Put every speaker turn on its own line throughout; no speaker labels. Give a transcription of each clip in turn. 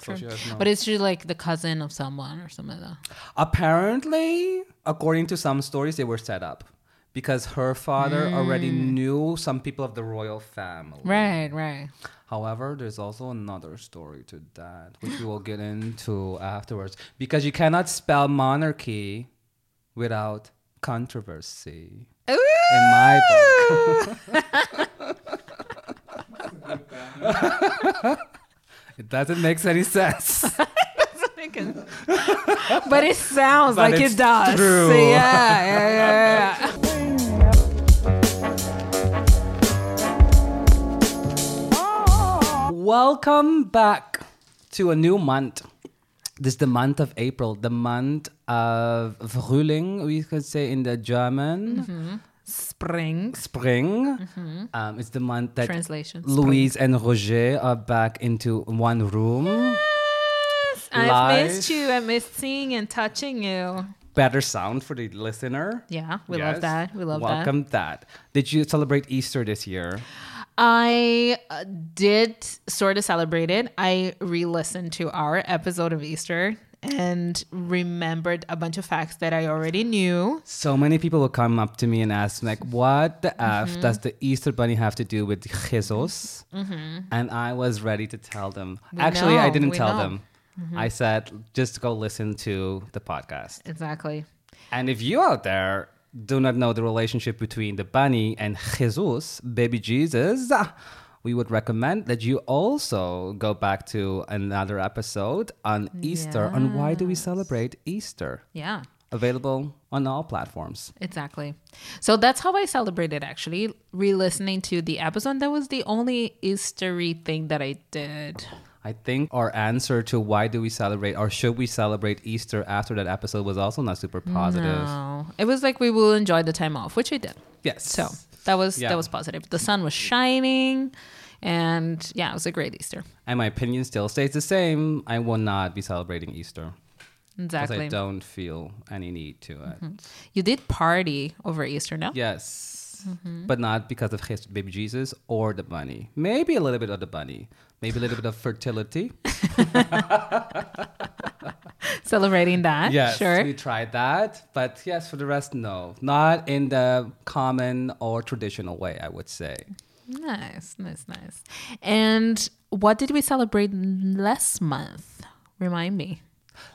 so she has no.
But is she like the cousin of someone or something like that?
Apparently, according to some stories, they were set up because her father already knew some people of the royal family.
Mm. Right, right.
However, there's also another story to that, which we will get into afterwards, because you cannot spell monarchy without controversy. In my book, it doesn't make any sense.
but it sounds
But
like
it's
it does.
true.
Yeah, yeah, yeah, yeah.
Welcome back to a new month. This is the month of April, the month of Frühling, we could say in the German.
Mm-hmm. Spring Mm-hmm.
Spring. Um, it's the month that
translation.
Louise and Roger are back into one room.
Yes, I've
Life.
missed you. I missed seeing and touching you.
Better sound for the listener.
Yeah, we
Yes.
love that. We love that.
Welcome that. Did you celebrate Easter this year?
I uh, did sort of celebrate it. I re listened to our episode of Easter and remembered a bunch of facts that I already knew.
So many people will come up to me and ask, like, what the
Mm-hmm.
F does the Easter bunny have to do with Jesus? And I was ready to tell them. Actually, I
know,
didn't
Mm-hmm. we
tell
know. Mm-hmm.
them. I said, just go listen to the podcast.
Exactly.
And if you out there do not know the relationship between the bunny and Jesus, baby Jesus, we would recommend that you also go back to another episode on Easter on why do we celebrate Easter?
Yeah.
Available on all platforms.
Exactly. So that's how I celebrated actually, re listening to the episode. That was the only Eastery thing that I did.
I think our answer to why do we celebrate or should we celebrate Easter after that episode was also not super positive.
No. It was like we will enjoy the time off, which I did.
Yes.
So that was
Yeah.
that was positive. The sun was shining and yeah, it was a great Easter.
and my opinion still stays the same. I will not be celebrating Easter because
Exactly. Mm-hmm.
I don't feel any need to it.
You did party over Easter, no?
Yes.
Mm-hmm.
But not because of his baby Jesus or the bunny. Maybe a little bit of the bunny. Maybe a little bit of fertility.
Celebrating that.
yes,
Sure.
we tried that. But yes, for the rest, no. Not in the common or traditional way, I would say.
Nice, nice, nice. And what did we celebrate last month? Remind me.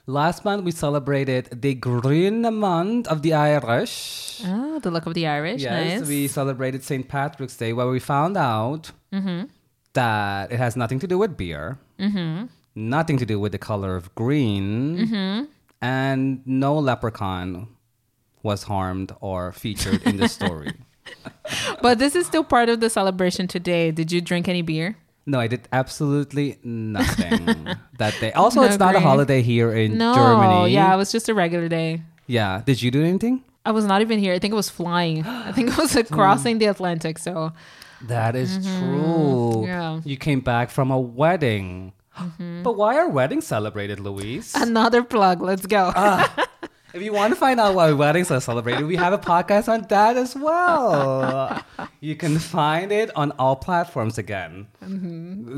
Last month, we celebrated the Green Month of the Irish.
Oh, the luck of the Irish.
Yes,
nice.
we celebrated St. Patrick's Day, where we found out
Mm-hmm.
that it has nothing to do with beer,
Mm-hmm.
nothing to do with the color of green, and no leprechaun was harmed or featured in the story.
but this is still part of the celebration today. Did you drink any beer?
No, I did absolutely nothing that day. Also,
No
it's not a
green.
holiday here in
No.
Germany.
Yeah, it was just a regular day.
Yeah. Did you do anything?
I was not even here. I think it was flying. I think it was like crossing the Atlantic. So
That is true.
Yeah.
You came back from a wedding. But why are weddings celebrated, Louise?
another plug. Let's go.
If you want to find out why weddings are celebrated, we have a podcast on that as well. You can find it on all platforms again.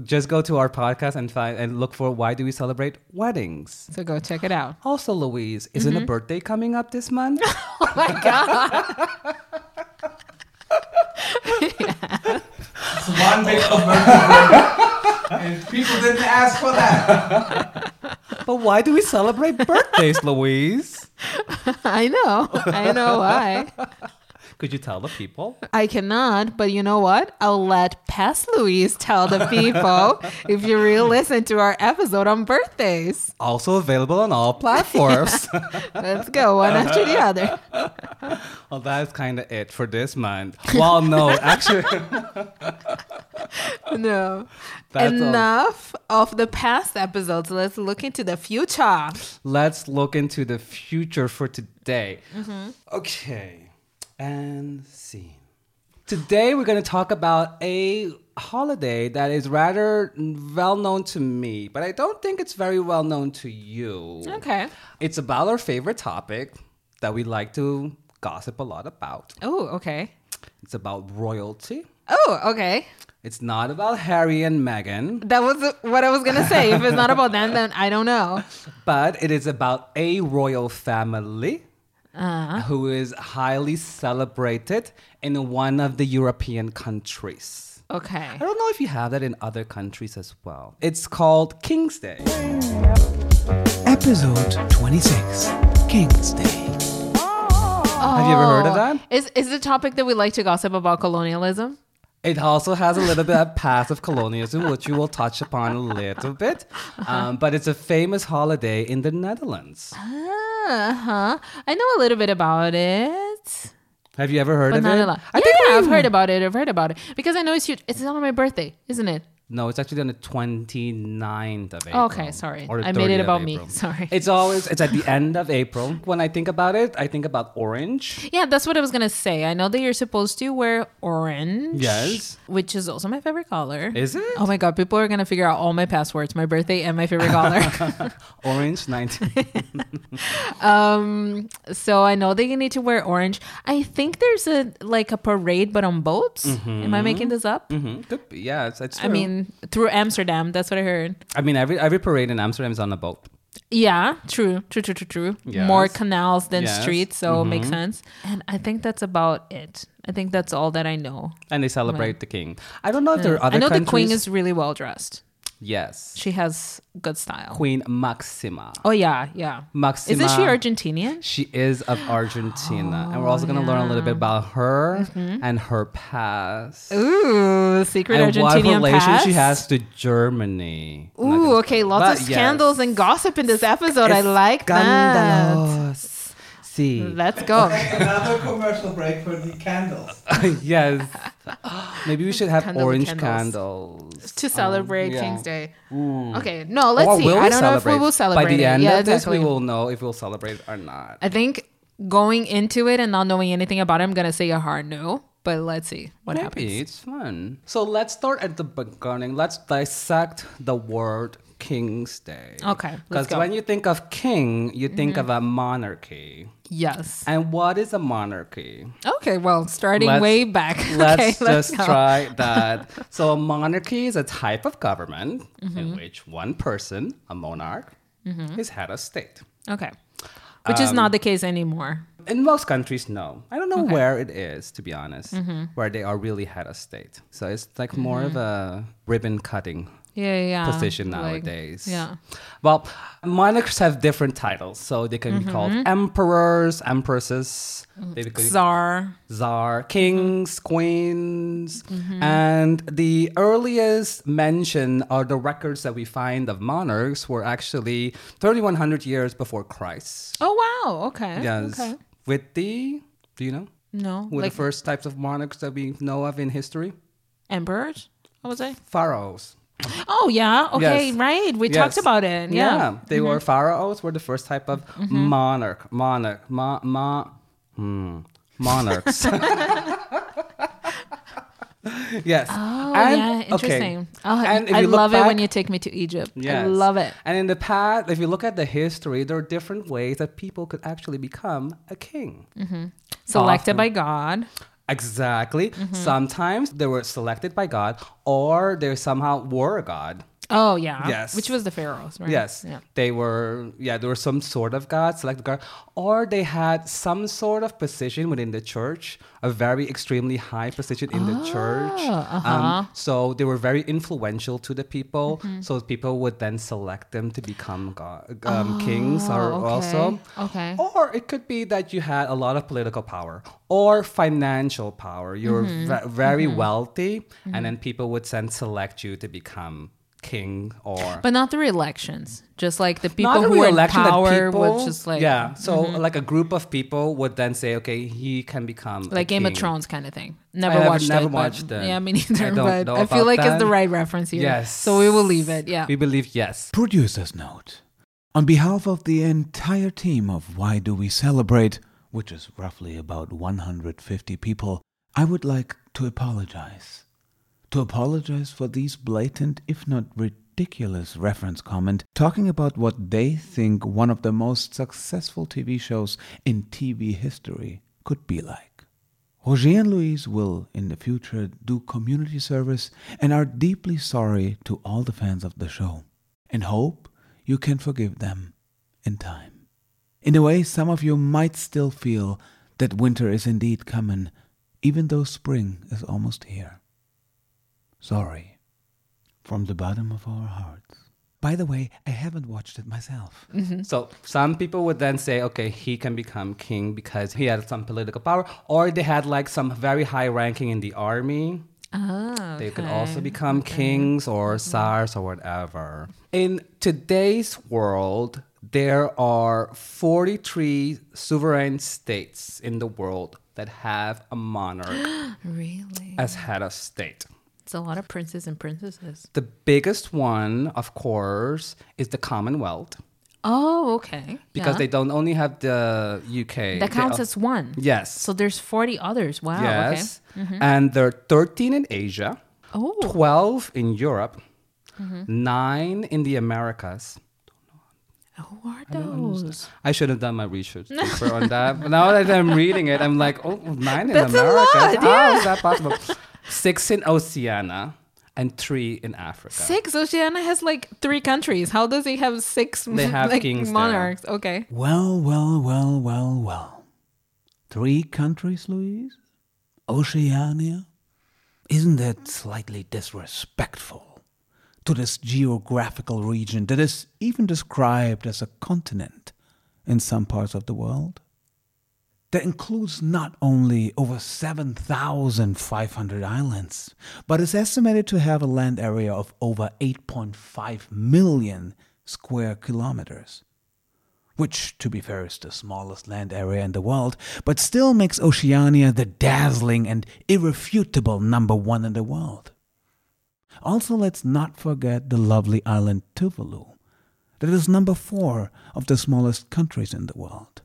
Just go to our podcast and find and look for why do we celebrate weddings.
so go check it out.
Also, Louise, isn't a birthday coming up this month?
Oh my god.
One big commercial. and people didn't ask for that.
but why do we celebrate birthdays, Louise?
I know. I know why.
Could you tell the people?
I cannot, but you know what? I'll let Past Louise tell the people if you really listen to our episode on birthdays.
Also available on all platforms.
Let's go one after the other.
well, that's kind of it for this month. Well, no, actually,
No.
That's um, all.
Enough of the past episodes. Let's look into the future.
let's look into the future for today. Okay, and see. Today we're going to talk about a holiday that is rather well known to me, but I don't think it's very well known to you.
Okay.
It's about our favorite topic that we like to gossip a lot about.
Oh, okay.
It's about royalty.
Oh, okay.
It's not about Harry and Meghan,
That was what I was gonna say. If it's not about them, then I don't know.
but it is about a royal family
Uh-huh.
who is highly celebrated in one of the European countries.
Okay.
I don't know if you have that in other countries as well. It's called King's Day.
Episode 26 King's Day.
Have you ever heard
Oh.
of that?
Is is the topic that we like to gossip about colonialism?
It also has a little bit of passive colonialism, which you will touch upon a little bit. Um, but it's a famous holiday in the Netherlands.
Uh huh. I know a little bit about it,
Have you ever heard
but
of
not
it?
a lot. yeah, yeah, I've heard about it. I've heard about it because I know it's huge. It's on my birthday, isn't it?
No, it's actually on the 29th of April.
Oh, okay, sorry.
or the
I made it
30th of
about me.
April.
Sorry.
It's always it's at the end of April. When I think about it, I think about orange.
yeah, that's what I was gonna say. I know that you're supposed to wear orange.
Yes.
Which is also my favorite color.
Is it?
Oh my god, people are gonna figure out all my passwords, my birthday and my favorite color.
Orange 19.
Um, so I know that you need to wear orange. I think there's a like a parade, but on boats. Am I making this up?
hmm Could be. Yeah, it's, it's
I
Mm-hmm. true.
mean, through Amsterdam, that's what I heard.
I mean every every parade in Amsterdam is on a boat.
Yeah, true, true, true, true, true. More
Yes.
canals than
Yes. Mm-hmm.
streets, so it makes sense. And I think that's about it. I think that's all that I know.
And they celebrate the king. I don't know if there are other
I know
countries.
the queen is really well dressed.
Yes.
She has good style.
Queen Maxima.
Oh yeah, yeah.
Maxima.
Isn't she Argentinian?
She is of Argentina. and we're also going to learn a little bit
Oh,
about her
Mm-hmm.
and her past.
Ooh, secret
and
Argentinian
what relation
past.
she has to Germany. I'm not
Ooh,
gonna
okay,
spoil-
lots of
but
scandals and gossip in this episode. I like that.
Escándalos. Sí.
Let's go.
Another commercial break for the candles.
yes. Maybe we should have
Candle
orange
candles.
candles.
to celebrate
Um, yeah.
King's Day.
Ooh.
Okay, no, let's
Or
see.
will
I
we
don't know if we will celebrate.
By the
it.
end
yeah,
of this, we
exactly.
will know if we'll celebrate or not.
I think going into it and not knowing anything about it, I'm going to say a hard no, but let's see what
Maybe
happens.
it's fun. So let's start at the beginning. Let's dissect the word King's Day.
Okay, let's
Because
go. Mm-hmm.
when you think of king, you think of a monarchy.
Yes.
And what is a monarchy?
Okay, well, starting
Let's-
way back. okay,
let's just
go.
try that. So, a monarchy is a type of government
Mm-hmm.
in which one person, a monarch, is head of state.
Okay. Which is
Um,
not the case anymore.
In most countries, no. I don't know where it is, to be honest,
Mm-hmm.
where they are really head of state. So, it's like more of a ribbon cutting
Yeah, yeah, yeah.
position
Ah, Like,
nowadays.
Yeah.
Well, monarchs have different titles. So, they can be
Mm-hmm.
called emperors, empresses, they could
Czar.
czar,
Mm-hmm.
kings, queens, and the earliest mention or the records that we find of monarchs were actually 3,100 years before Christ.
Oh, wow. Okay.
Yes,
Okay.
with the do you know?
No.
With the
like
first types of monarchs that we know of in history,
emperors? What was I?
pharaohs.
Oh yeah. Okay.
Yes.
Right. We talked
Yes.
about it. Yeah. Mm-hmm.
they were pharaohs. Were the first type of monarch, monarch, ma, ma, hmm, monarchs. yes.
Oh
And-
yeah.
okay.
Interesting. Oh,
And if
I
you look
love it when
back-
you take me to Egypt. I
Yes.
love it.
And in the past, if you look at the history, there are different ways that people could actually become a king.
Mm-hmm. Selected
Often.
by Mm-hmm. God.
Exactly. Sometimes they were selected by God, or they somehow were a god.
Oh yeah.
Yes.
Which was the pharaohs, right?
Yes,
Yeah.
they were. Yeah, there was some sort of God, selected God, or they had some sort of position within the church, a very extremely high position in the church.
Ah, uh-huh. Mm-hmm.
Um, so they were very influential to the people. So people would then select them to become God, um, kings, or
Oh,
also. Oh.
okay.
Or it could be that you had a lot of political power or financial power. You were
Mm-hmm.
ve- very wealthy, and then people would then select you to become king or
But not through elections. Just like the people
not a
who were in
re-election that
power
people-
was just like Mm-hmm.
yeah so like a group of people would then say okay he can become a
Like Game of
king.
Thrones kind of thing. Never
haven't-
watched it.
never
but-
watched it.
Yeah, me
I
neither.
don't
but
know
I feel
about
like it's
that.
the right reference here.
yes
So we will leave it. Yeah.
we believe yes
Producer's note. On behalf of the entire team of Why Do We Celebrate, which is roughly about 150 people, I would like to apologize. To apologize for these blatant, if not ridiculous, reference comment talking about what they think one of the most successful TV shows in TV history could be like. Roger and Louise will, in the future, do community service and are deeply sorry to all the fans of the show and hope you can forgive them in time. In a way, some of you might still feel that winter is indeed coming, even though spring is almost here. Sorry, from the bottom of our hearts. By the way, I haven't watched it myself.
Mm-hmm.
So some people would then say, okay, he can become king because he had some political power, or they had like some very high ranking in the army.
Oh,
They could also become kings or
Mm-hmm.
tsars or whatever. In today's world, there are 43 sovereign states in the world that have a monarch
really.
as head of state.
It's a lot of princes and princesses.
The biggest one, of course, is the Commonwealth
Oh, okay.
because they don't only have the UK.
that
they
counts
al-
as one.
Yes.
So there's 40 others. Wow. Mm-hmm.
yes. And there are 13 in Asia,
Okay. Oh,
12 in Europe,
Mm-hmm.
9 in the Americas.
who are those?
I should have done my research deeper on that. But now that I'm reading it, I'm like, oh, nine in
That's a
America.
lot,
How is that possible? Six in Oceania and three in Africa.
Six. Oceania has like three countries. How does he have six
They have
like,
kings there.
monarchs? Okay.
Well, well, well, well, well. Three countries, Louise? Oceania? Isn't that slightly disrespectful to this geographical region that is even described as a continent in some parts of the world? That includes not only over 7,500 islands, but is estimated to have a land area of over 8.5 million square kilometers which, to be fair, is the smallest land area in the world, but still makes Oceania the dazzling and irrefutable number one in the world. Also, let's not forget the lovely island Tuvalu, that is number four of the smallest countries in the world.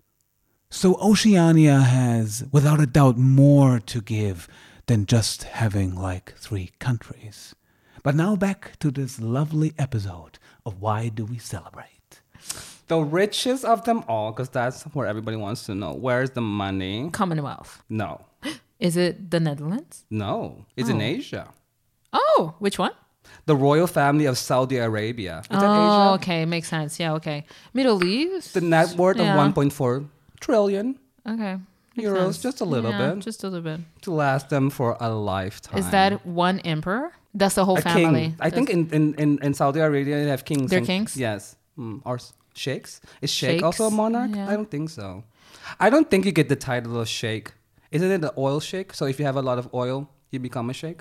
So, Oceania has, without a doubt, more to give than just having like three countries. But now back to this lovely episode of Why Do We Celebrate?
The richest of them all, because that's where everybody wants to know. Where's the money?
Commonwealth.
No.
Is it the Netherlands?
No. It's in Asia.
Oh, which one?
The royal family of Saudi Arabia. Is that Asia?
Oh, okay. Makes sense. Yeah. Okay. Middle East.
The net worth
Yeah.
of 1.4 trillion
Okay. Makes
euros,
sense.
just a little
Yeah,
bit,
Just a little bit.
to last them for a lifetime.
Is that one emperor? That's the whole
a
family.
king? I think in, in, in, in Saudi Arabia they have kings.
They're
and-
kings?
Yes. Mm, or s- sheikhs? Is sheikh also a
Sheikhs,
monarch?
yeah.
I don't think so. I don't think you get the title of sheikh. Isn't it the oil sheikh? So if you have a lot of oil, you become a sheikh?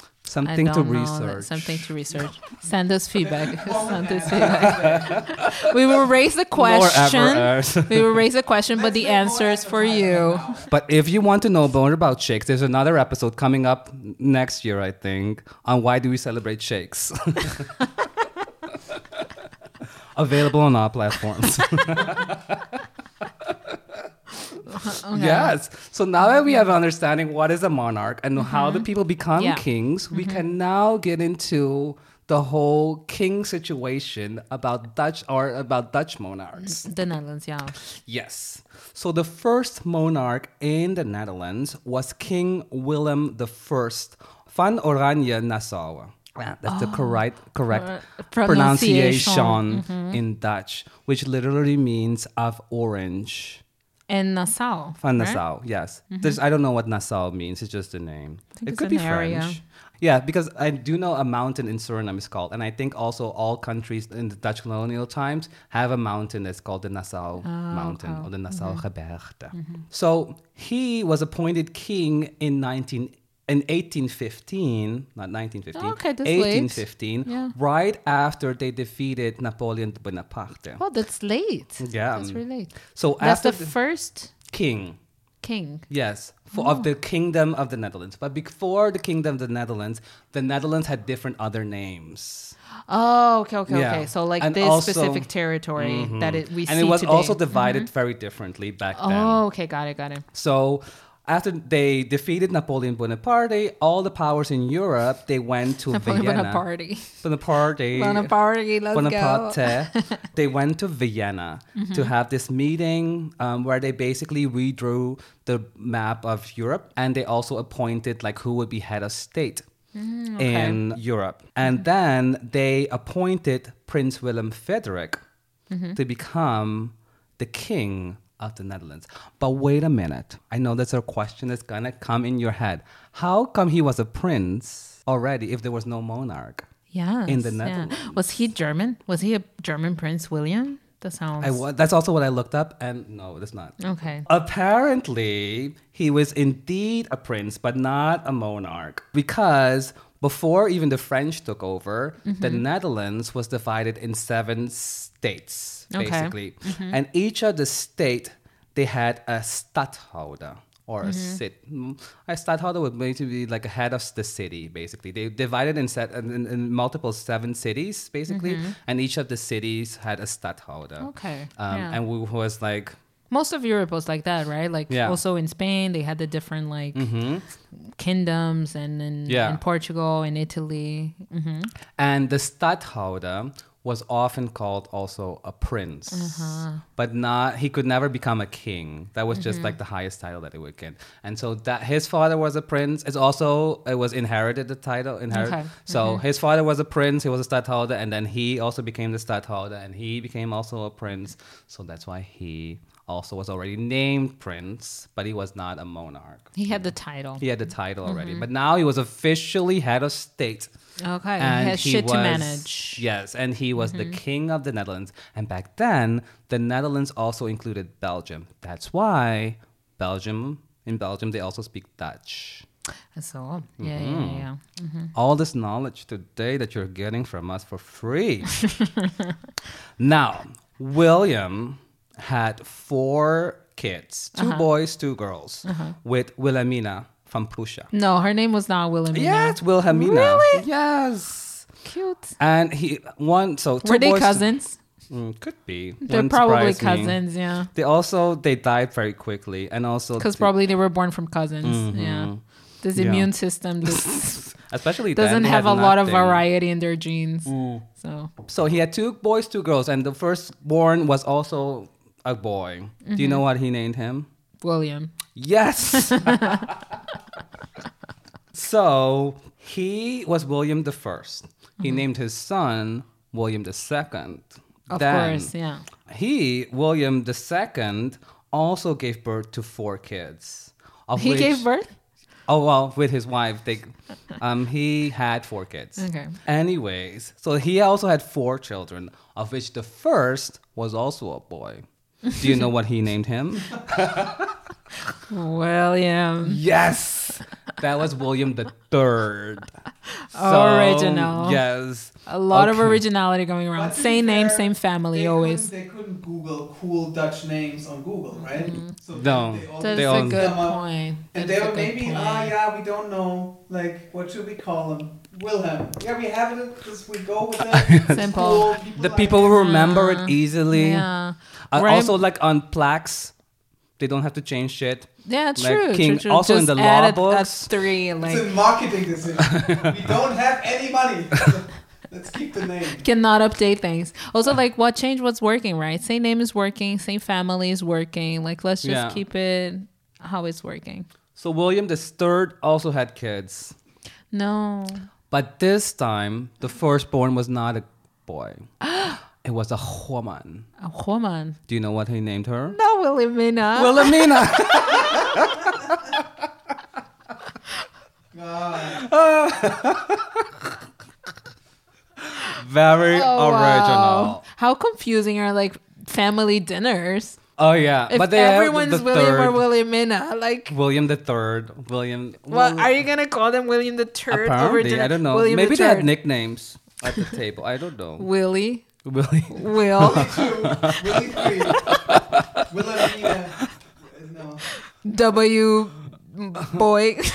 I
Something to
don't know. That's
research.
Something to research. Send us feedback. Send us feedback. we will raise the question.
Everest.
We will raise the question, but the answer is for you.
But if you want to know more about shakes, there's another episode coming up n- next year, I think, on why do we celebrate shakes. Available on all platforms. Yes. So now that we have an understanding what is a monarch and how the people become
Yeah.
kings, we can now get into the whole king situation about Dutch or about Dutch monarchs.
The Netherlands, yeah.
Yes. So the first monarch in the Netherlands was King Willem I van Oranje Nassau. Yeah, that's the correct, correct
cor-
pronunciation,
pronunciation.
in Dutch, which literally means of orange.
And Nassau.
Van
right? Mm-hmm.
Nassau, yes. There's, I don't know what Nassau means. It's just a name. it
think it's
could be
an area.
French. Yeah, because I do know a mountain in Suriname is called, and I think also all countries in the Dutch colonial times have a mountain that's called the Nassau
Oh,
Mountain or the Nassau
Mm-hmm.
Gebergte. So he was appointed king in 19. In 1815, not 1915,
Oh, Okay, that's late.
1815,
Yeah.
right after they defeated Napoleon Bonaparte.
Oh, that's late.
Yeah.
That's really late.
So
That's
after
the first
king,
king.
Yes, for,
Oh.
of the Kingdom of the Netherlands. But before the Kingdom of the Netherlands, the Netherlands had different other names.
Oh, okay, okay,
Yeah.
okay. So like
And
this
also- mm-hmm.
specific territory that it we
and
see
it was
today. Mm-hmm.
also divided very differently back then.
oh, okay, got it, got it.
So after they defeated Napoleon Bonaparte, all the powers in Europe, they went to
Napoleon
Vienna.
Bonaparte.
Bonaparte.
Bonaparte, let's go. Mm-hmm.
Bonaparte. they went to Vienna to have this meeting um, where they basically redrew the map of Europe and they also appointed like who would be head of state
Mm,
in Europe. And
Mm-hmm.
then they appointed Prince Willem Frederik
Mm-hmm.
to become the king of the Netherlands. But wait a minute. I know that's a question that's gonna come in your head. How come he was a prince already if there was no monarch?
Yes.
In the
yeah.
Netherlands.
Was he German? Was he a German Prince William? That sounds.
I wa- that's also what I looked up, and no, that's not.
Okay.
Apparently, he was indeed a prince, but not a monarch, because before even the French took over, the
Mm-hmm.
Netherlands was divided in seven states,
Okay. Mm-hmm.
basically, and each of the state they had a stadtholder. Or
Mm-hmm.
a sit. mm, A stadtholder would basically be like a head of the city, basically. They divided in, set, in, in- in multiple seven cities, basically, and each of the cities had a stadtholder.
Mm-hmm. Okay,
Um,
yeah.
And who was like
Most of Europe was like that, right? Like
Yeah. Mm-hmm.
also in Spain, they had the different like kingdoms, and in,
Yeah.
in Portugal and Italy. hmm
And the stadtholder was often called also a prince, but not he could never become a king. That was just like the highest title that he would get. And so that his father was a prince. It's also it was inherited the title inherited.
Okay.
So his father was a prince. He was a stadtholder, and then he also became the stadtholder, and he became also a prince. So that's why he also was already named prince, but he was not a monarch.
He had the title.
He had the title already, but now he was officially head of state
Okay, he has shit to manage. Mm-hmm.
Yes, and he was the king of the Netherlands. And back then, the Netherlands also included Belgium. That's why Belgium in Belgium they also speak Dutch.
So yeah, yeah,
Mm-hmm.
yeah, yeah.
All this knowledge today that you're getting from us for free. now, William had four kids,
Uh-huh.
2 boys, two girls, with Wilhelmina from Prussia.
No, her name was not Wilhelmina.
Yes, Wilhelmina.
Really?
Yes.
cute.
And he one so two
Were they
boys-
cousins?
Mm, could be.
They're
Wouldn't
probably
surprise me.
cousins, yeah.
They also they died very quickly, and also
Because
the-
probably they were born from cousins, yeah. This
Mm-hmm. Yeah.
immune system does,
especially then,
doesn't
they
have a
had
lot of
nothing. Mm.
variety in their genes. So
So he had two boys, two girls, and the firstborn was also a boy. Do you know what
Mm-hmm.
he named him?
William,
Yes. so he was William the 1st
Mm-hmm.
He named his son William the Second.
of
Then
course, yeah.
He William the Second also gave birth to four kids. of
He
which-
gave birth.
Oh well, with his wife, they, um, he had four kids.
Okay.
Anyways, so he also had four children, of which the first was also a boy. Do you know what he named him?
William,
Yes, that was William the Third.
Original.
Yes,
a lot of
Okay.
originality going around. Same name, same family,
They
always.
Couldn't, they couldn't Google cool Dutch names on Google, right? So
No.
they all-
That's
They
a
all-
good
come up,
point.
And
That's
they
a
were
good
maybe,
point.
ah, yeah, we don't know. Like, what should we call him? Wilhelm. Yeah, we have it because we go with it. It's
Simple.
cool,
the
like
people
it.
remember it easily.
Yeah.
Uh,
Right.
Also, like on plaques, they don't have to change shit.
Yeah,
Like
true.
King-
true, true.
also in
Just
the law
add it at
books.
three. Like,
It's a marketing decision. we don't have any money. So let's keep the name.
cannot update things. Also, like what change what's working, right? Same name is working, same family is working. Like let's just
Yeah.
keep it how it's working.
So William the Third also had kids.
No.
But this time, the firstborn was not a boy. it was a woman.
A woman.
Do you know what he named her?
No, Wilhelmina.
Wilhelmina.
God.
Very
Oh, wow.
original.
How confusing are like family dinners?
Oh yeah,
If
but they
everyone's
have the
William
third,
or Wilhelmina, like
William the Third, William.
well, are you gonna call them William the Third?
apparently
original-
I don't know.
William
Maybe
the
they had
Third?
nicknames at the table. I don't know.
Willie,
William.
Will,
Two. Willie three. Wilhelmina. No.
W, boy.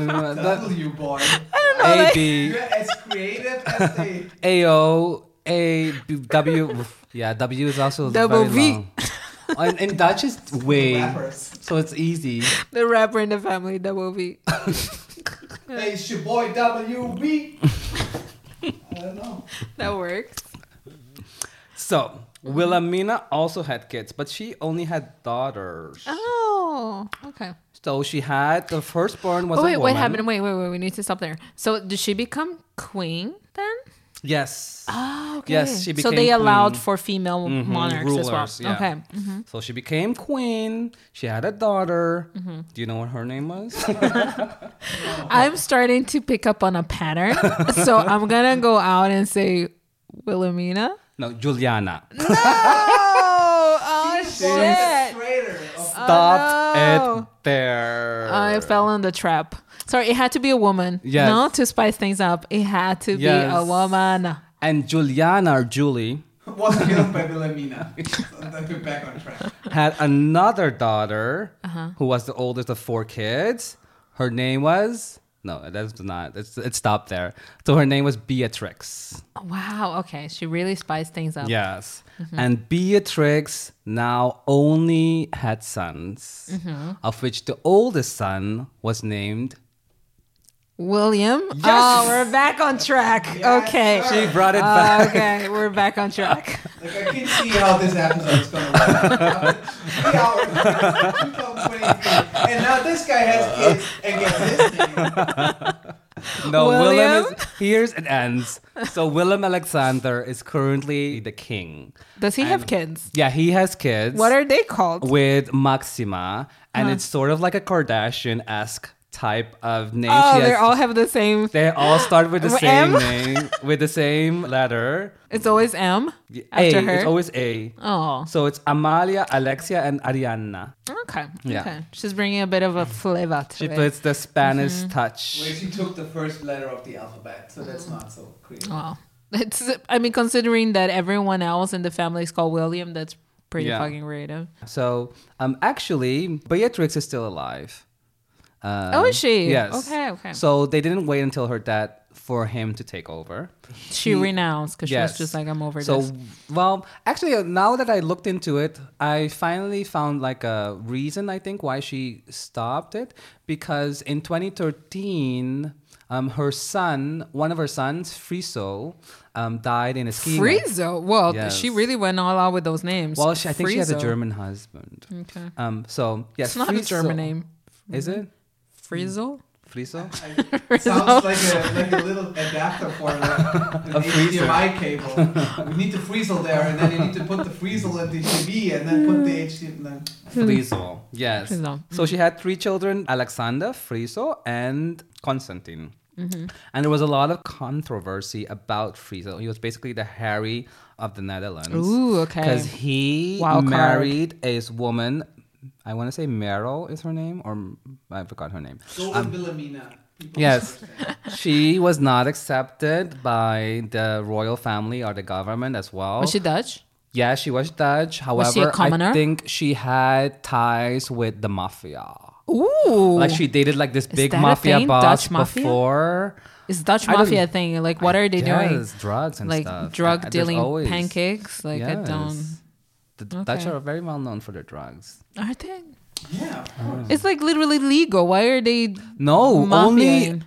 W boy.
uh, A B
You're as creative as they.
A O A B W. Yeah, W is also
Double
very
V.
long. and, and Dutch is way.
Rappers.
So it's easy.
The rapper in the family, the movie.
Hey, it's your boy WB. I don't know.
That works.
So Wilhelmina also had kids, but she only had daughters.
Oh, okay.
So she had the firstborn was
Oh, wait,
a woman.
what happened? Wait, wait, wait. We need to stop there. So, did she become queen then?
Yes.
Oh,
Yes, she
So
became
they allowed
queen.
for female
Mhm,
monarchs as
rulers,
well.
yeah.
Okay. mm-hmm.
So she became queen. She had a daughter.
Mm-hmm.
Do you know what her name was?
I'm starting to pick up on a pattern. so, I'm going to go out and say Wilhelmina.
no, Juliana.
Oh, oh
She's a
shit.
traitor. Oh,
Stop
no.
it there.
I fell in the trap. Sorry, it had to be a woman.
Yes.
No, to spice things up, it had to be a
Yes.
woman.
and Juliana or Julie
was killed by Wilhelmina. Let me back on track.
had another daughter
Uh-huh.
who was the oldest of four kids. Her name was no, that's not. It's it stopped there. So her name was Beatrix.
Wow. Okay, she really spiced things up.
Yes.
Mm-hmm.
And Beatrix now only had sons,
Mm-hmm.
of which the oldest son was named.
William. Oh, we're back on track. okay.
She brought it back.
Uh, okay, we're back on track.
Like I can see how this episode is going to work. Three hours, 2023, and now this guy has kids and gets his name.
No, Willem
William?
is here's and ends. So Willem Alexander is currently the king.
Does he have kids?
Yeah, he has kids.
What are they called?
with Maxima, and
Uh-huh.
it's sort of like a Kardashian-esque type of name.
oh,
She
they
has-
all have the same.
they all start with the same
M?
name, with the same letter.
It's always M after
a,
her.
it's always A.
oh,
So it's Amalia, Alexia, and Ariana.
okay.
Yeah.
Okay. She's bringing a bit of a flavor to
She
it.
puts the Spanish
Mm-hmm.
touch.
Wait, she took the first letter of the alphabet, so that's
Uh-huh.
not so creepy.
Wow. It's I mean, considering that everyone else in the family is called William, that's pretty
Yeah.
fucking creative.
So um, actually, Beatrix is still alive. Um,
Oh, is she?
Yes.
Okay, okay.
So they didn't wait until her death for him to take over.
She renounced because she was just like, I'm over
so,
this.
well, actually, uh, now that I looked into it, I finally found like a reason, I think, why she stopped it. Because in 2013, um, her son, one of her sons, Friso, um, died in a skiing.
Friezo. Well,
Yes.
she really went all out with those names.
Well, she, I think she has a
Friezo.
German husband.
Okay.
Um, so, yes.
It's not a
Friso-
German name.
Is it?
Frizzle?
Friso?
Sounds like a, like a little adapter for the, the
A freezer.
HDMI cable. We need the freezel there, and then you need to put the freezel in the TV, and then put the HDMI. Then.
Friso. Yes.
Hmm. Friso.
So she had three children Alexander, Friso, and Constantine.
Mm-hmm.
And there was a lot of controversy about Friso. He was basically the Harry of the Netherlands.
Ooh, okay.
Because he
Wild card.
married a woman. I want to say Meryl is her name, or I forgot her name.
Go with Wilhelmina. People
yes.
understand.
She was not accepted by the royal family or the government as well.
Was she Dutch?
Yeah, she was Dutch. However,
Was she a commoner?
I think she had ties with the mafia.
Ooh.
Like she dated like this big
that a
mafia
thing?
boss
Dutch mafia?
before.
it's Dutch
I don't-
mafia thing. Like, what are they doing?
Yes, drugs and
Like
stuff.
drug
Uh, there's
dealing
always-
pancakes? Like, I don't.
Yes. The D- Dutch
Okay.
are very well known for their drugs.
Are they?
Hmm.
Yeah, of course.
It's like literally legal. Why are they
No,
mafia?
only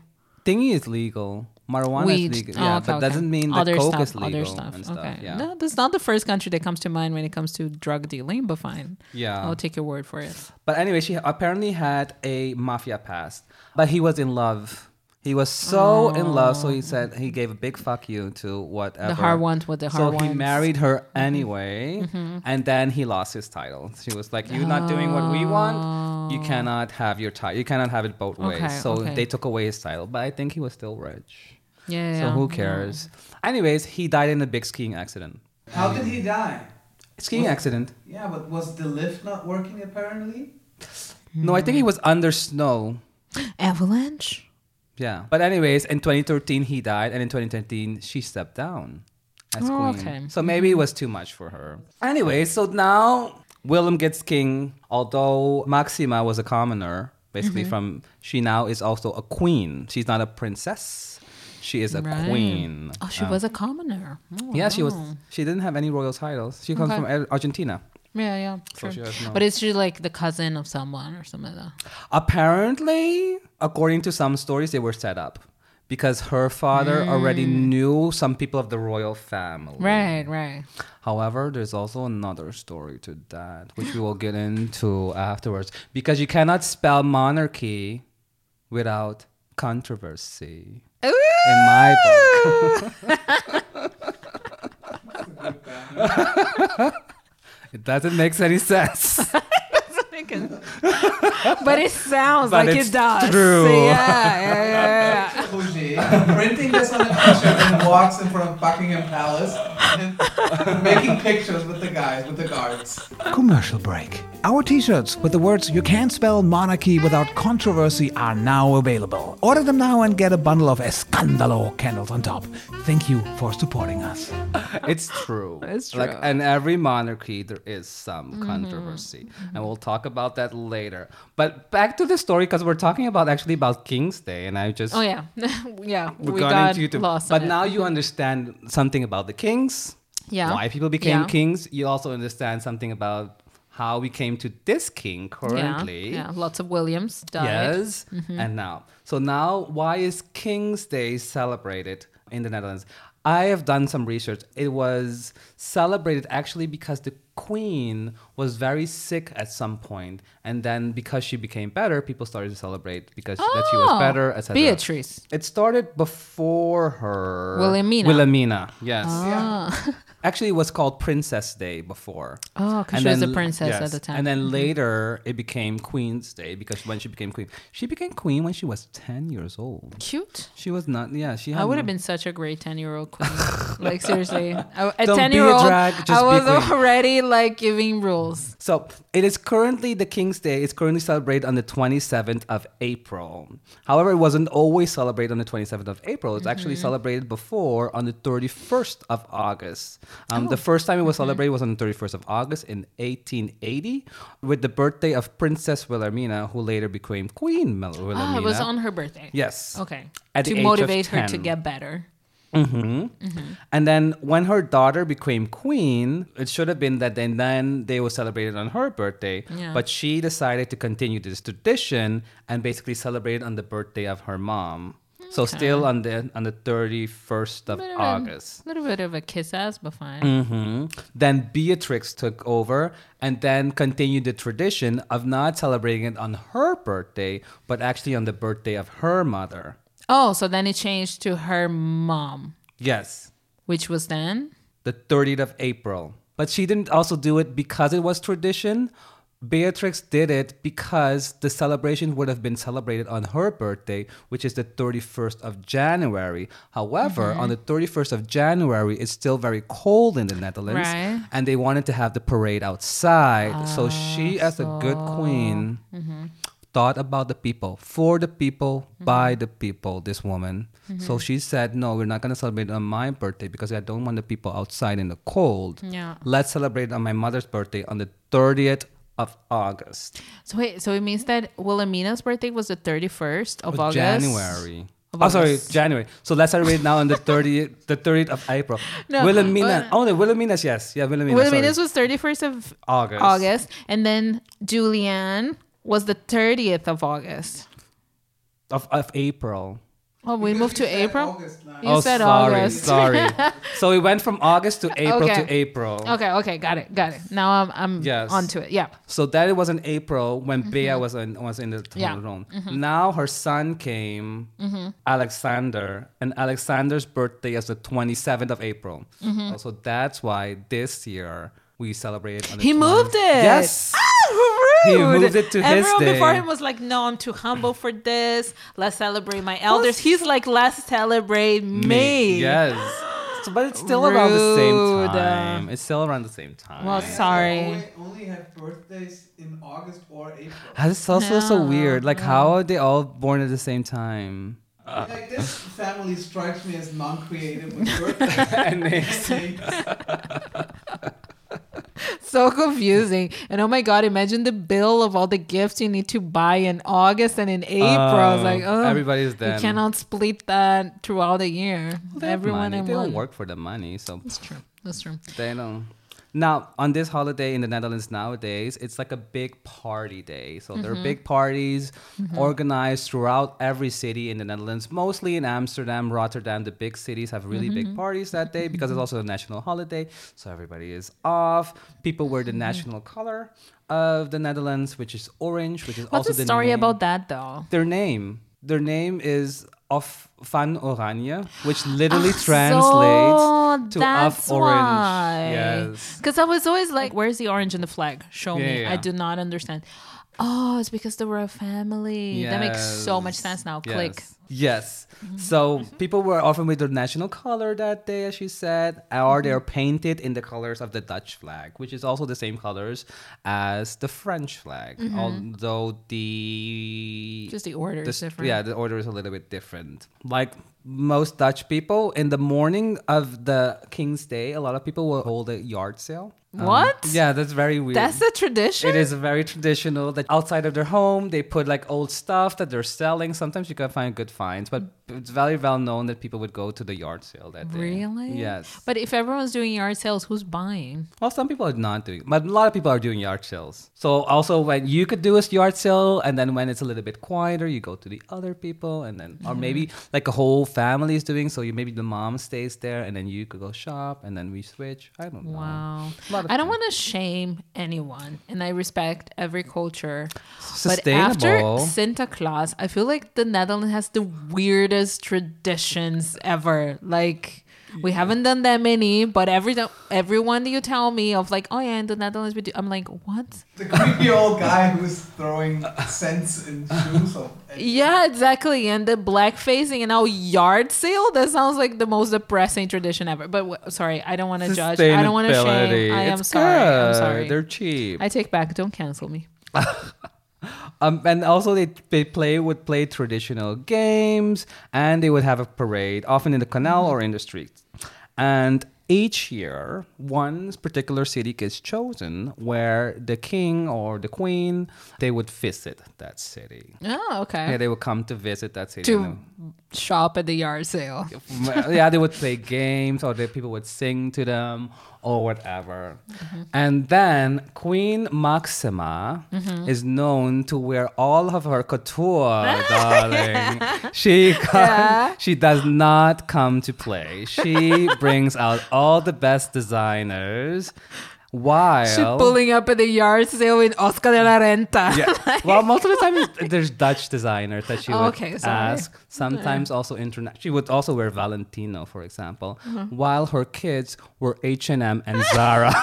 thingy is legal. Marijuana
weed.
is legal.
Oh,
yeah,
okay,
but
okay.
doesn't mean that coke is legal and stuff.
Okay.
Yeah.
No, that's not the first country that comes to mind when it comes to drug dealing, but fine.
Yeah.
I'll take your word for it.
But anyway, she apparently had a mafia past, but he was in love. He was so in love, so he said he gave a big fuck you to whatever.
The hard ones with the
So
hard ones. Mm-hmm.
he married her anyway, and then he lost his title. She was like, "You're not doing what we want. You cannot have your title. You cannot have it both ways."
Oh. Okay,
so
okay.
they took away his title, but I think he was still rich.
Yeah.
So
yeah.
who cares? Anyways, he died in a big skiing accident.
How did he die?
Skiing accident.
Yeah, but was the lift not working apparently?
No, I
Hmm.
think he was under snow.
Avalanche.
Yeah. But anyways, in 2013 he died, and in 2013 she stepped down as
Oh,
queen.
okay.
So maybe it was too much for her. Anyway, so now Willem gets king, although Maxima was a commoner, basically
Mm-hmm.
from she now is also a queen. She's not a princess. She is a
Right.
queen.
Oh, she
Um,
was a commoner. Oh,
Yeah, she was.
wow.
She didn't have any royal titles. She comes
Okay.
from Ar- Argentina.
Yeah, yeah.
So
True.
she has no-
But it's just like the cousin of someone or something like that.
Apparently, according to some stories, they were set up because her father already knew some people of the royal family.
Right, right.
However, there's also another story to that, which we will get into afterwards, because you cannot spell monarchy without controversy. In my book, it doesn't make any sense.
but it sounds
But
like
it's
it does.
true.
Yeah, yeah, yeah, yeah.
Bougie, printing this on an usher and walks in front of Buckingham Palace and making pictures with the guys, with the guards.
Commercial break. Our t shirts with the words You Can't Spell Monarchy Without Controversy are now available. Order them now and get a bundle of Escandalo candles on top. Thank you for supporting us.
It's true.
It's
Like
true. Mm-hmm.
in every monarchy, there is some controversy, and we'll talk about that later. But back to the story because we're talking about actually about King's Day, and I just
Oh yeah, yeah.
we
We, got
into YouTube.
lost.
But
in it. Mm-hmm.
now you understand something about the kings.
Yeah.
Why people became
Yeah.
kings. You also understand something about how we came to this king currently.
yeah, yeah. Lots of Williams died.
Yes.
Mm-hmm.
And now. So now why is King's Day celebrated in the Netherlands? I have done some research. It was celebrated actually because the queen was very sick at some point and then because she became better, people started to celebrate because that she was
Oh,
better, etc.
Beatrice.
It started before her
Wilhelmina. Ah.
Wilhelmina, yes.
Yeah.
Actually, it was called Princess Day before.
Oh, 'cause
And
she was
then-
a princess at the time. Mm-hmm.
And then later, it became Queen's Day because when she became queen, she became queen when she was ten years old.
Cute.
She was not. Yeah, she. Had
I would have
no-
been such a great ten-year-old queen. like seriously, I,
Don't
a
be a
ten-year-old,
drag, just
I
be
was
queen.
already like giving rules.
So it is currently the King's Day. It's currently celebrated on the 27th of April. However, it wasn't always celebrated on the 27th of April. It's
Mm-hmm.
actually celebrated before on the 31st of August. Um,
Oh.
The first time it
Mm-hmm.
was celebrated was on the 31st of August in 1880 with the birthday of Princess Wilhelmina, who later became Queen Mil- Wilhelmina.
Ah, it was on her birthday.
Yes.
Okay.
At the
to
age of
motivate her to
10.
get better.
Mm-hmm. And then when her daughter became queen, it should have been that then, then they were celebrated on her birthday.
Yeah.
But she decided to continue this tradition and basically celebrated on the birthday of her mom. So still on the on the 31st of
Little bit-
August.
little bit of a kiss ass, but fine.
hmm Then Beatrix took over and then continued the tradition of not celebrating it on her birthday, but actually on the birthday of her mother.
Oh, so then it changed to her mom,
Yes.
which was then.
the 30th of April. But she didn't also do it because it was tradition. Beatrix did it because the celebration would have been celebrated on her birthday, which is the 31st of January. However, on the 31st of January, it's still very cold in the Netherlands,
Right.
and they wanted to have the parade outside. so she, as a good queen, thought about the people, for the people,
Mm-hmm.
by the people, this woman. So she said, No, we're not going to celebrate on my birthday because I don't want the people outside in the cold.
Yeah.
Let's celebrate on my mother's birthday on the 30th of August.
So wait, so it means that Wilhelmina's birthday was the thirty first of
Of
August.
January.
Of
Oh, sorry,
August.
January. So let's celebrate now on the 30th, the 30th of April.
No,
Wilhelmina.
but-
Oh, no, Wilhelmina's, yes. Yeah, Wilhelmina.
Wilhelmina's
sorry.
was thirty first of
August.
August, and then Julianne was the thirtieth of August.
Of, of April.
Oh, we
Because
moved
you
to
said
April.
August last.
You
oh,
said
sorry,
August.
sorry. so we went from August to April to
Okay.
April.
Okay, okay, got it, got it. Now I'm I'm
Yes.
onto it. Yeah.
So that it was in April when Bea was in, was in the
Mm-hmm. Yeah. Mm-hmm.
throne room. Now her son came, Alexander, and Alexander's birthday is the 27th of April.
Mm-hmm.
Oh, So that's why this year we celebrated. On the
He
20
moved it.
Yes.
Ah,
He
rude.
moved it to his
Everyone before
day.
him was like, "No, I'm too humble for this. Let's celebrate my elders." He's like, "Let's celebrate me."
Yes. So- but it's still around the same
Rude.
time. It's still around the same time.
Well,
Yeah,
sorry.
Only, only have birthdays in August or April.
That's also so
No.
weird. Like, how are they all born at the same time?
Like this family strikes me as non-creative with birthdays.
and they-
So confusing. And oh my god, imagine the bill of all the gifts you need to buy in August and in April. I was
Oh,
like, oh,
everybody's
You
then.
cannot split that throughout the year.
They have
Everyone
money.
in
they
one.
don't work for the money, so
That's true. That's true.
They don't. Now, on this holiday in the Netherlands nowadays, it's like a big party day. So
Mm-hmm.
there are big parties organized throughout every city in the Netherlands, mostly in Amsterdam, Rotterdam. The big cities have really big
Mm-hmm.
parties that day because it's also a national holiday. So everybody is off. People wear the
Mm-hmm.
national color of the Netherlands, which is orange, which is
What's
also
the story
name-
about that though?
their name. Their name is Of Van Oranje, which literally
Ah,
translates
so
to
that's
Of Orange.
why.
Yes.
Because I was always like, "Where's the orange in the flag? Show
Yeah,
me."
yeah,
I
yeah.
do not understand. Oh, it's because they were a family. That makes so much
Yes.
sense now.
Yes.
Click. Mm-hmm.
Yes. So people were often with their national color that day, as you said, or they're
Mm-hmm.
painted in the colors of the Dutch flag, which is also the same colors as the French flag, although the
Mm-hmm. Just the order is
this-
different.
Yeah, the order is a little bit different. Like most Dutch people, in the morning of the King's Day, a lot of people will hold a yard sale. Um,
What?
yeah, that's very weird.
That's a tradition.
It is very traditional that outside of their home they put like old stuff that they're selling. Sometimes you can find good finds, but it's very well known that people would go to the yard sale that day.
Really?
Yes.
But if everyone's doing yard sales, who's buying?
Well, some people are not doing, but a lot of people are doing yard sales. So also when you could do a yard sale, and then when it's a little bit quieter, you go to the other people, and then or maybe like a whole family is doing. So you maybe the mom stays there, and then you could go shop, and then we switch. I don't know.
Wow.
Lot of
I don't want to shame anyone, and I respect every culture. But after
Sustainable.
Santa Claus, I feel like the Netherlands has the weirdest traditions ever. Like we haven't done that many, but every time everyone that you tell me of like, oh yeah, in the Netherlands we do, I'm like, what?
The creepy old guy who's throwing cents in shoes. Of,
Yeah, exactly. And the black facing and now yard sale. That sounds like the most depressing tradition ever. But w- sorry, I don't want to judge. I don't want to shame. I am
It's
sorry. I'm
good.
sorry.
They're cheap.
I take back. Don't cancel me.
Um, and also they, they play would play traditional games and they would have a parade often in the canal or in the streets and each year one particular city gets chosen where the king or the queen they would visit that city
Oh, okay.
yeah they would come to visit that city
to
you know.
shop at the yard sale.
yeah, they would play games or the people would sing to them or whatever. And then Queen Maxima is known to wear all of her couture, darling. She come, she does not come to play. She brings out all the best designers. While
She's pulling up at the yard sale in Oscar de la Renta.
yeah. Well, most of the time it's- there's Dutch designers that she would
Oh, Okay, sorry.
ask. Sometimes also international. She would also wear Valentino, for example,
Mm-hmm.
while her kids were H and M and Zara.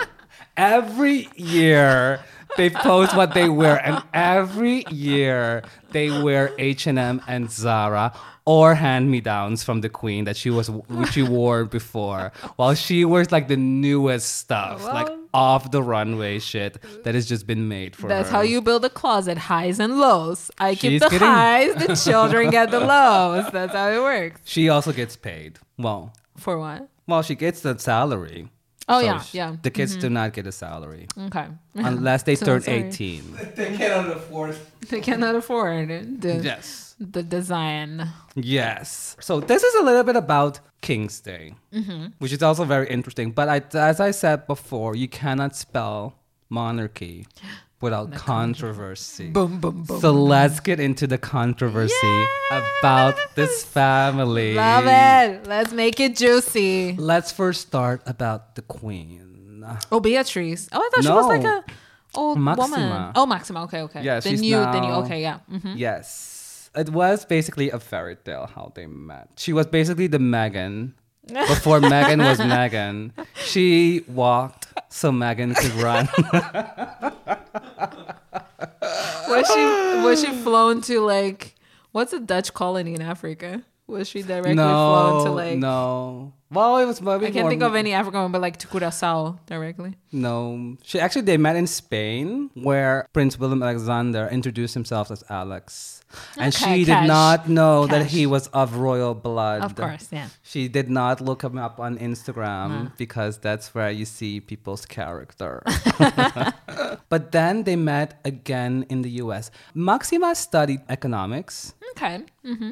every year they post what they wear, and every year they wear H and M and Zara. Or hand me downs from the queen that she was which she wore before, while she wears like the newest stuff, like
Well,
off the runway shit that has just been made for
That's
her.
how you build a closet, highs and lows. I keep
She's
the
kidding.
highs, the children get the lows. That's how it works.
She also gets paid. Well,
For what?
well, she gets the salary.
Oh, yeah,
sh-
yeah.
The kids do not get a salary
Okay.
unless they
So
turn
sorry.
eighteen.
they cannot afford.
they cannot afford the,
Yes.
the design.
Yes. So this is a little bit about King's Day,
Mm-hmm.
which is also very interesting. But I, as I said before, you cannot spell monarchy without controversy.
Boom, boom, boom.
So let's get into the controversy about this family.
Love it. Let's make it juicy.
Let's first start about the queen.
Oh, Beatrice. Oh, I thought she was like
No.
a old woman.
Maxima.
Oh, Maxima. Okay, okay.
Yeah,
the
she's
new, the new.
now-
Okay, yeah. Mhm.
Yes. It was basically a fairy tale how they met. She was basically the Megan before Megan was Megan. She walked so Megan could run.
Was she was she flown to like what's a Dutch colony in Africa? Was she directly
no,
flown to like
no. Well, it was maybe
I can't think of any African one, but like to Curacao directly.
No, she actually they met in Spain, where Prince William Alexander introduced himself as Alex, and
Okay,
she
cash.
did not know that
Cash.
he was of royal blood.
Of course, yeah.
She did not look him up on Instagram because that's where you see people's character. but then they met again in the U.S. Maxima studied economics
Okay. Mm-hmm.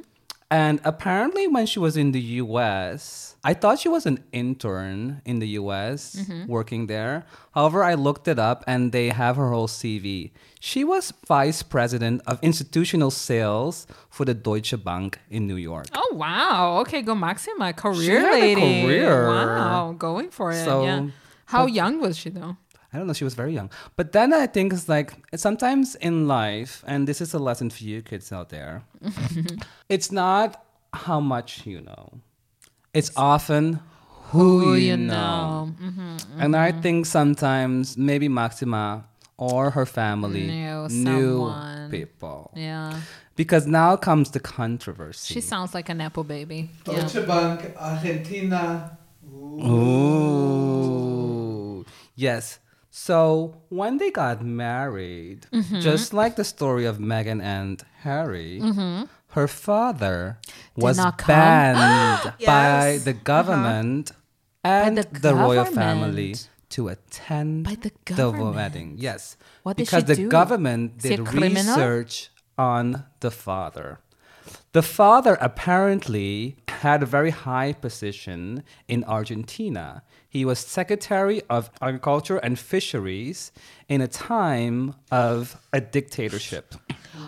And apparently, when she was in the US, I thought she was an intern in the US working there. However, I looked it up and they have her whole CV. She was vice president of institutional sales for the Deutsche Bank in New York.
Oh wow! Okay, go Maxima, career
had a
lady.
career.
Wow, going for it.
So-
yeah. How young was she though?
I don't know, she was very young. But then I think it's like sometimes in life, and this is a lesson for you kids out there, it's not how much you know, it's often who,
Oh,
you, know.
Mm,
And
Mm-hmm.
I think sometimes maybe Maxima or her family
Knew
knew,
someone.
people.
Yeah,
Because now comes the controversy.
she sounds like an apple baby. Yeah.
Deutsche Bank, Argentina. Ooh.
Ooh. Yes. So when they got married,
Mm-hmm.
just like the story of Meghan and Harry, her father was
Mm-hmm. not come.
banned by
Yes. Uh-huh.
the government and
the
the, royal family
government.
to attend
By the government.
wedding. Yes.
What did
because
she
the
do?
government
Is he
did
a criminal?
research on the father. The father apparently had a very high position in Argentina. He was Secretary of Agriculture and Fisheries in a time of a dictatorship.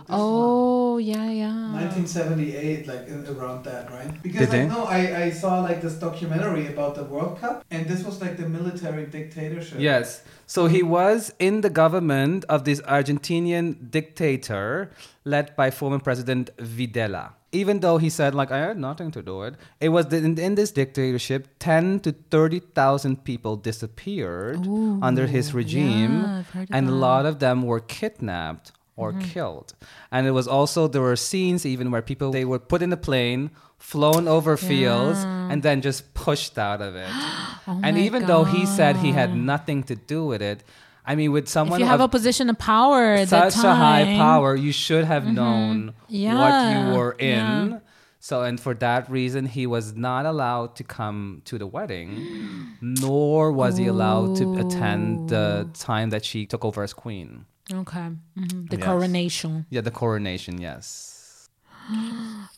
Oh yeah, yeah.
1978, like in, around that, right?
Did
Because
they?
like, no, I, I saw like this documentary about the World Cup, and this was like the military dictatorship.
Yes. So he was in the government of this Argentinian dictator led by former President Videla. Even though he said, like, I had nothing to do it, it was the, in, in this dictatorship, 10 to 30,000 people disappeared under his regime,
yeah, I've heard Mm-hmm.
and a
about
lot of them were kidnapped or killed. And it was also, there were scenes even where people, they were put in a plane, flown over fields, and then just pushed out of it. and
Oh my
even though he said he had nothing to do with it. I mean, with
If
someone
you have a
of
position of power, at that
such a high
time- Mm-hmm.
power, you should have known what
Yeah,
you were in.
yeah.
So, and for that reason, he was not allowed to come to the wedding, nor was he allowed to attend the time that she took over as queen.
Okay, mhm, the
Yes.
coronation.
Yeah, the coronation, yes.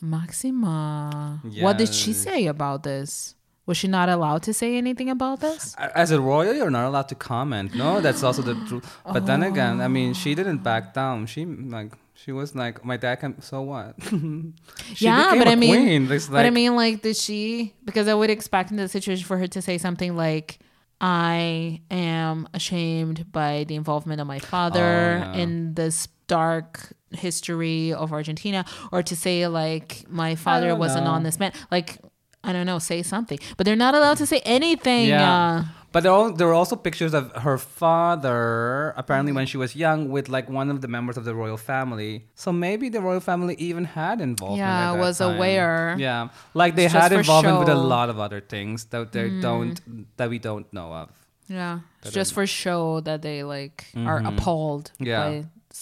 Maxima, what did she
Yes.
say about this? Was she not allowed to say anything about this?
A- As a royal, you're not allowed to comment. No, that's also the truth. But then again, I mean, she didn't back down. She like she was like, my dad can. So what? she
yeah,
became
but
a
I mean,
queen. It's
but I
like-
mean, like, did she? Because I would expect in the situation for her to say something like, "I am ashamed by the involvement of my father
Oh, yeah.
in this dark history of Argentina," or to say like, "My father
don't
was an
know.
honest man." Like, I don't know, say something. But they're not allowed to say anything.
Yeah.
uh,
But there, all, there were also pictures of her father, apparently when she was young, with like one of the members of the royal family. So maybe the royal family even had involvement.
Yeah,
at that
was
time.
aware.
Yeah, like they
It's just
had
for
involvement with a
show. Mm.
lot of other things that they don't that we don't know of.
yeah, it's just for show that they like are appalled
Mm-hmm. Yeah.
by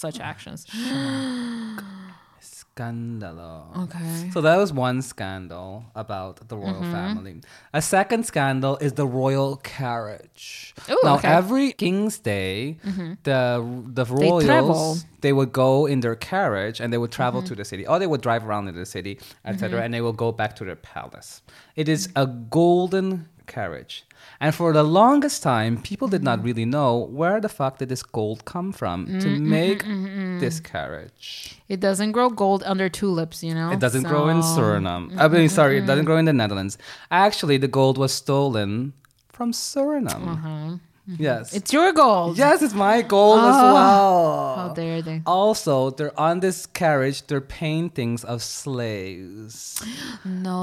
such actions.
Scandalo.
Okay. Mm-hmm.
So that was one scandal about the royal family. A second scandal is the royal carriage.
Ooh,
now
okay. Mm-hmm.
every King's Day, the the royals they,
travel. Mm-hmm.
would go in their carriage and they would travel to the city, or they would drive around in the city, etc. And they will go back to their palace. It is a golden carriage. And for the longest time, people did
Mm-hmm.
not really know where the fuck did this gold come from to
Mm-hmm,
make this carriage.
It doesn't grow gold under tulips, you know.
It doesn't grow in
So-
Suriname. I mean, sorry, it
mm-hmm.
doesn't grow in the Netherlands. Actually, the gold was stolen from Suriname.
Oh, mm-hmm.
Yes.
uh-huh. It's your gold.
yes, it's my gold as well.
Oh. How dare they?
Also, they're on this carriage, they're paintings of slaves.
No.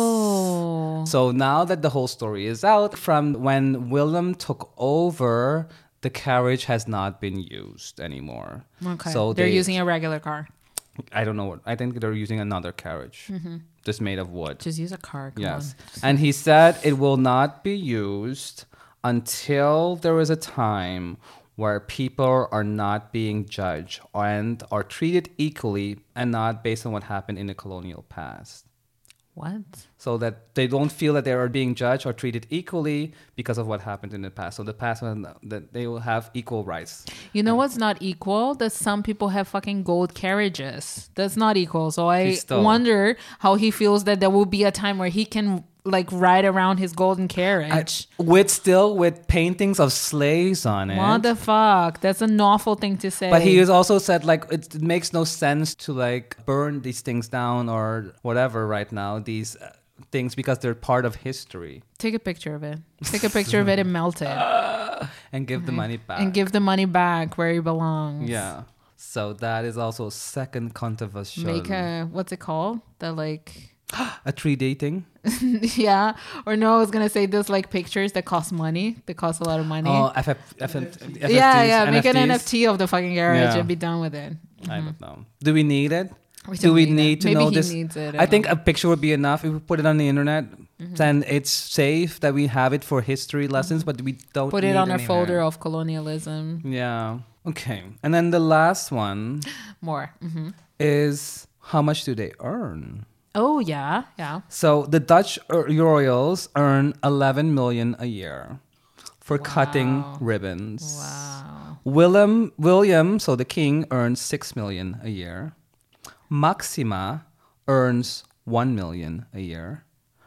Oh.
So now that the whole story is out, from when Willem took over, the carriage has not been used anymore.
Okay.
So
they're
they-
using a regular car.
I don't know what. I think they're using another carriage,
Mm-hmm.
just made of wood.
Just use a car. Come
Yes. And he said it will not be used until there is a time where people are not being judged and are treated equally and not based on what happened in the colonial past.
What?
so that they don't feel that they are being judged or treated equally because of what happened in the past. So the past one that they will have equal rights.
You know what's not equal? That some people have fucking gold carriages. That's not equal. So I
He's still-
wonder how he feels that there will be a time where he can like ride around his golden carriage.
With still with paintings of slaves on it.
what the fuck? That's an awful thing to say.
but he has also said like it, it makes no sense to like burn these things down or whatever right now these uh, things because they're part of history
take a picture of it. Take a picture of it and melt it,
and give the money back.
Uh, and give the money back where it belongs.
yeah. So that is also second controversial.
Make a what's it called? The like
a 3D thing.
yeah or no i was gonna say those like pictures that cost money that cost a lot of money
Oh, FF, FFTs,
yeah yeah make an
NFTs.
nft of the fucking garage
Yeah.
and be done with it
I don't know. Do we need it?
We
Do
don't
we
need it.
need to
Maybe
know
he
this?
needs it, I
I think
don't
a picture would be enough. If we put it on the internet,
Mm-hmm.
then it's safe that we have it for history lessons, but we don't
Mm-hmm. put it
need
on our
anywhere.
folder of colonialism
Yeah. Okay. And then the last one
more hmm
is how much do they earn?
oh yeah yeah
So the Dutch er- royals earn 11 million a year for cutting
Wow.
ribbons.
wow
Willem William, so the king earns 6 million a year. Maxima earns 1 million a year.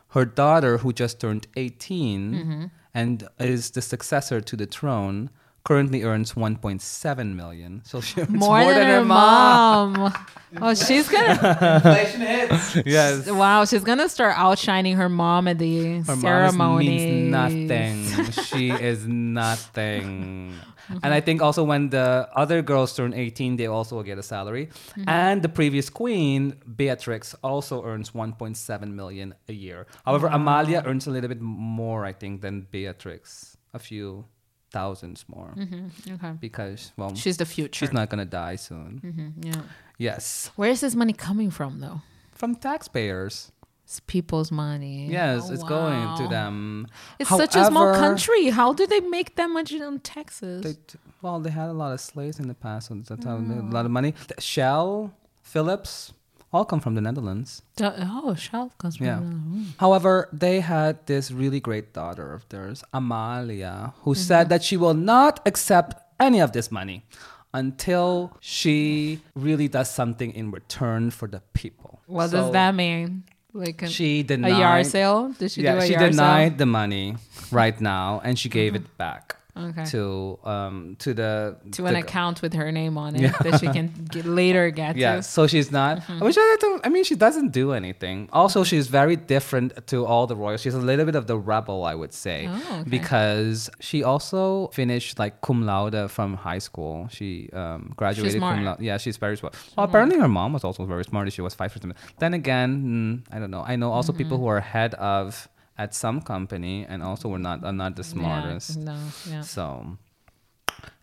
Her daughter who just turned 18
Mm-hmm.
and is the successor to the throne currently earns 1.7 million. So she earns
more, than, her mom, oh she's gonna
Inflation hits.
Yes.
wow she's gonna start outshining her mom at the
Her mom is-
ceremony
means nothing. she is nothing. And I think also when the other girls turn 18, they also will get a salary.
Mm-hmm.
And the previous queen, Beatrix, also earns 1.7 million a year. However, Amalia earns a little bit more, I think, than Beatrix. A few thousands more.
Mm-hmm. okay
Because, well, she's,
she's the future
not going to die soon.
Mm-hmm. yeah
Yes.
where is this money coming from though
From taxpayers.
It's people's money.
Yes,
Oh,
it's going to
wow.
them.
It's such a small
However-
country. How do they make that much in Texas?
They, t- well, they had a lot of slaves in the past, so that's how they had a lot
Mm.
of money. Th- Shell, Phillips, all come from the Netherlands.
The- oh, Shell comes from.
Yeah.
the-
However, they had this really great daughter of theirs, Amalia, who
Mm-hmm.
said that she will not accept any of this money until she really does something in return for the people.
What
So
does that mean? Like an,
She
a
denied.
yard sale? Did she
yeah,
do a
she
yard
denied the money right now, and she gave it back
sale? Okay. To,
to um to the
an
the-
account with her name on it that she can get, later get
Yeah,
to. Mm-hmm.
so she's not. Which I don't. I mean, she doesn't do anything. Also, she's very different to all the royals. She's a little bit of the rebel, I would say,
Oh, okay.
because she also finished like cum laude from high school. She um, graduated
smart.
cum laude. Yeah, she's very smart. Well, apparently her mom was also very smart. She was five percent. Then again, mm, I don't know. I know also people who
Mm-hmm.
are head of at some company and also were not are not the
Yeah,
smartest.
No, yeah. E
So.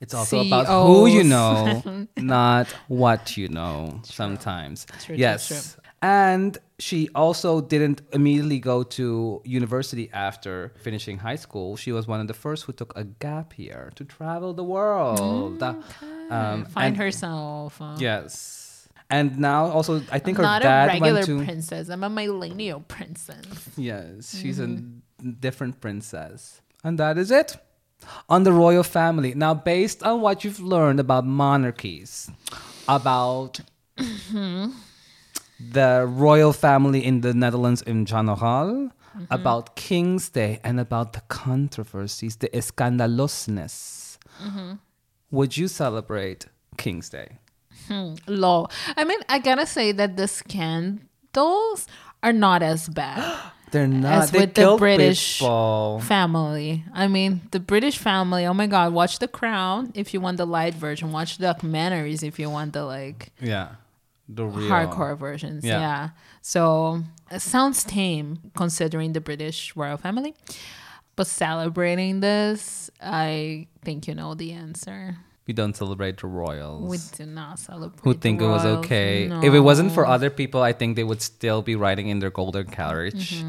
It's also about who you
CEOs.
know, not what you know sometimes.
True, true,
yes.
true.
And she also didn't immediately go to university after finishing high school. She was one of the first who took a gap year to travel the world. Um,
Mm, Find
and-
herself. uh,
Yes. And now also, I think
I'm
her
not a
dad
regular
went to.
princess. I'm a millennial princess.
Yes, she's
Mm-hmm.
a different princess. And that is it on the royal family. Now, based on what you've learned about monarchies, about
Mm-hmm.
the royal family in the Netherlands in general,
Mm-hmm.
about King's Day, and about the controversies, the scandalousness,
Mm-hmm.
would you celebrate King's Day?
Low. I mean, I gotta say that the scandals are not as bad.
They're not.
As
they
with the
killed
British-
people.
family. I mean, the British family. Oh my God, watch The Crown if you want the light version. Watch documentaries if you want the like
Yeah. The real.
hardcore versions.
Yeah.
Yeah. So it sounds tame considering the British royal family. But celebrating this, I think you know the answer.
We don't celebrate the royals.
We do not celebrate.
who
the
think it was
royals.
okay. If it wasn't for
No. Mm-hmm.
other people, I think they would still be riding in their golden carriage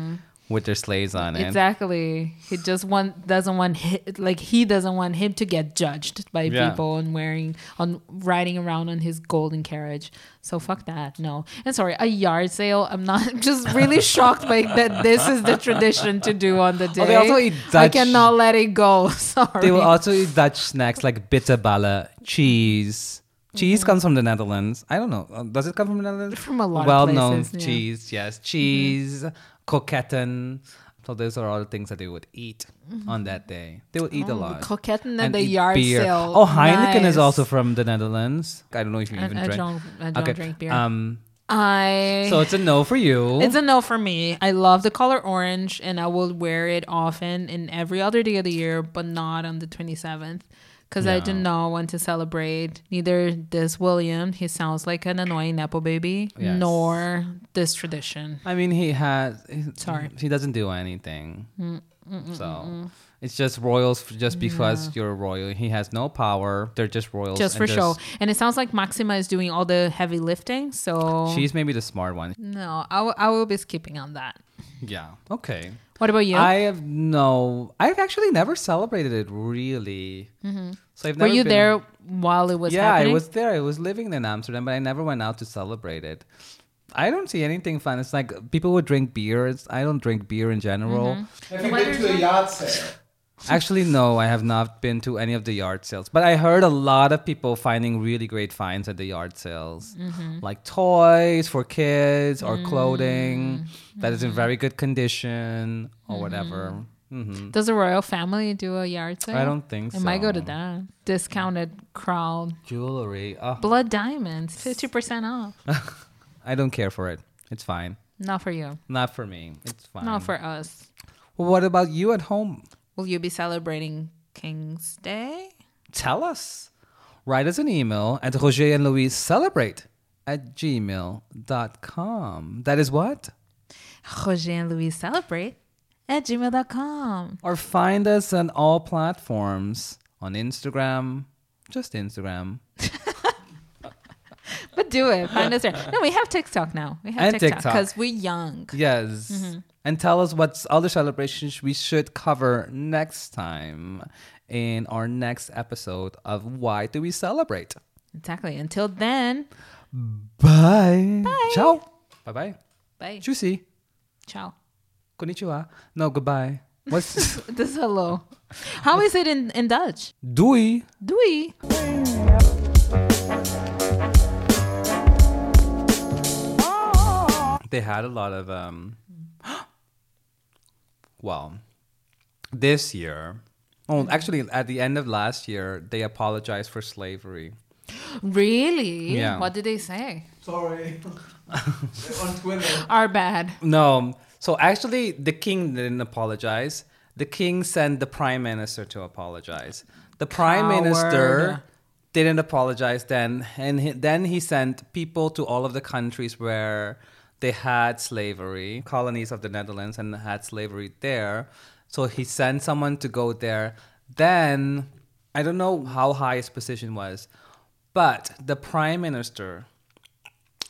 with their slaves on it.
Exactly. He just want doesn't want hi like he doesn't want him to get judged by
Yeah.
people and wearing on riding around on his golden carriage. So fuck that. No. And sorry, a yard sale. I'm not I'm just really shocked by that this is the tradition to do on the day.
Oh, they also eat
I
Dutch-
cannot let it go. Sorry.
They will also eat Dutch snacks like bitterballen, cheese. Cheese comes from the Netherlands. I don't know. Uh, Does it come from the Netherlands?
Mm-hmm. From a lot of
Well-known
places, yeah. Mm-hmm.
cheese, yes, cheese, croquetten. So those are all the things that they would eat on that day. They will
Oh,
eat a lot.
Mm-hmm. Coquetten at
And
the
eat
yard
beer.
sale.
Oh, Heineken
Nice.
is also from the Netherlands. I don't know if you
I-
even
I
drink.
don't- I don't drink beer.
Um,
I
so it's a no for you.
It's a no for me. I love the color orange and I will wear it often in every other day of the year, but not on the 27th because I do
Yeah.
not want to celebrate neither this William, he sounds like an annoying Nepo baby,
Yes.
nor this tradition.
I mean, he has. he-
Sorry. Mm,
he doesn't do anything. So it's just royals f- just because you're a royal. He has no power. They're just royals.
Just
and
for
there's-
show. And it sounds like Maxima is doing all the heavy lifting. So,
She's maybe the smart one.
no, I will- I will be skipping on that.
Yeah. Okay.
What about you?
I have no. I've actually never celebrated it really. So I've
Mm-hmm. Were
never
you
been-
there while it was
yeah,
happening?
I was there. I was living in Amsterdam, but I never went out to celebrate it. I don't see anything fun. It's like people would drink beer. It's, I don't drink beer in general.
Mm-hmm.
Have you been to a yacht sale?
Actually, no, I have not been to any of the yard sales, but I heard a lot of people finding really great finds at the yard sales,
Mm-hmm.
like toys for kids
Mm.
or clothing that
Mm-hmm.
is in very good condition or whatever. hmm
Does the royal family do a yard sale?
I don't think
I
so.
might go to that discounted crowd.
Jewelry. Oh,
Blood diamonds, fifty percent off.
I don't care for it. It's fine.
Not for you.
Not for me. It's fine.
Not for us.
Well, what about you at home?
Will you be celebrating King's Day?
Tell us. Write us an email at Roger and Louise celebrate at gmail.com. That is what?
Roger and Louis celebrate at gmail.com.
or find us on all platforms on Instagram, just Instagram,
But do it. Find us there. No, we have TikTok now. We have
And
TikTok
TikTok.
because we're young.
yes, and tell us what other celebrations we should cover next time in our next episode of Why Do We Celebrate?
Exactly. Until then,
Bye. Bye. Ciao. Bye bye.
bye.
Tschüssi.
Ciao.
Konnichiwa. No, goodbye. What's
This is hello. How is it in, in Dutch?
Dui?
Doei.
They had a lot of um well, this year. Oh, actually at the end of last year, they apologized for slavery.
Really?
Yeah.
What did they say?
Sorry. on Twitter.
Our bad.
No. So actually the king didn't apologize. The king sent the prime minister to apologize. The prime
Coward.
minister didn't apologize then and he, then he sent people to all of the countries where they had slavery, colonies of the Netherlands and had slavery there. So he sent someone to go there. Then I don't know how high his position was, but the prime minister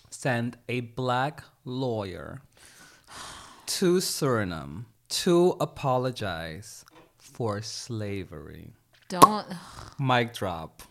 sent a black lawyer to Suriname to apologize for slavery.
Don't.
Mic drop.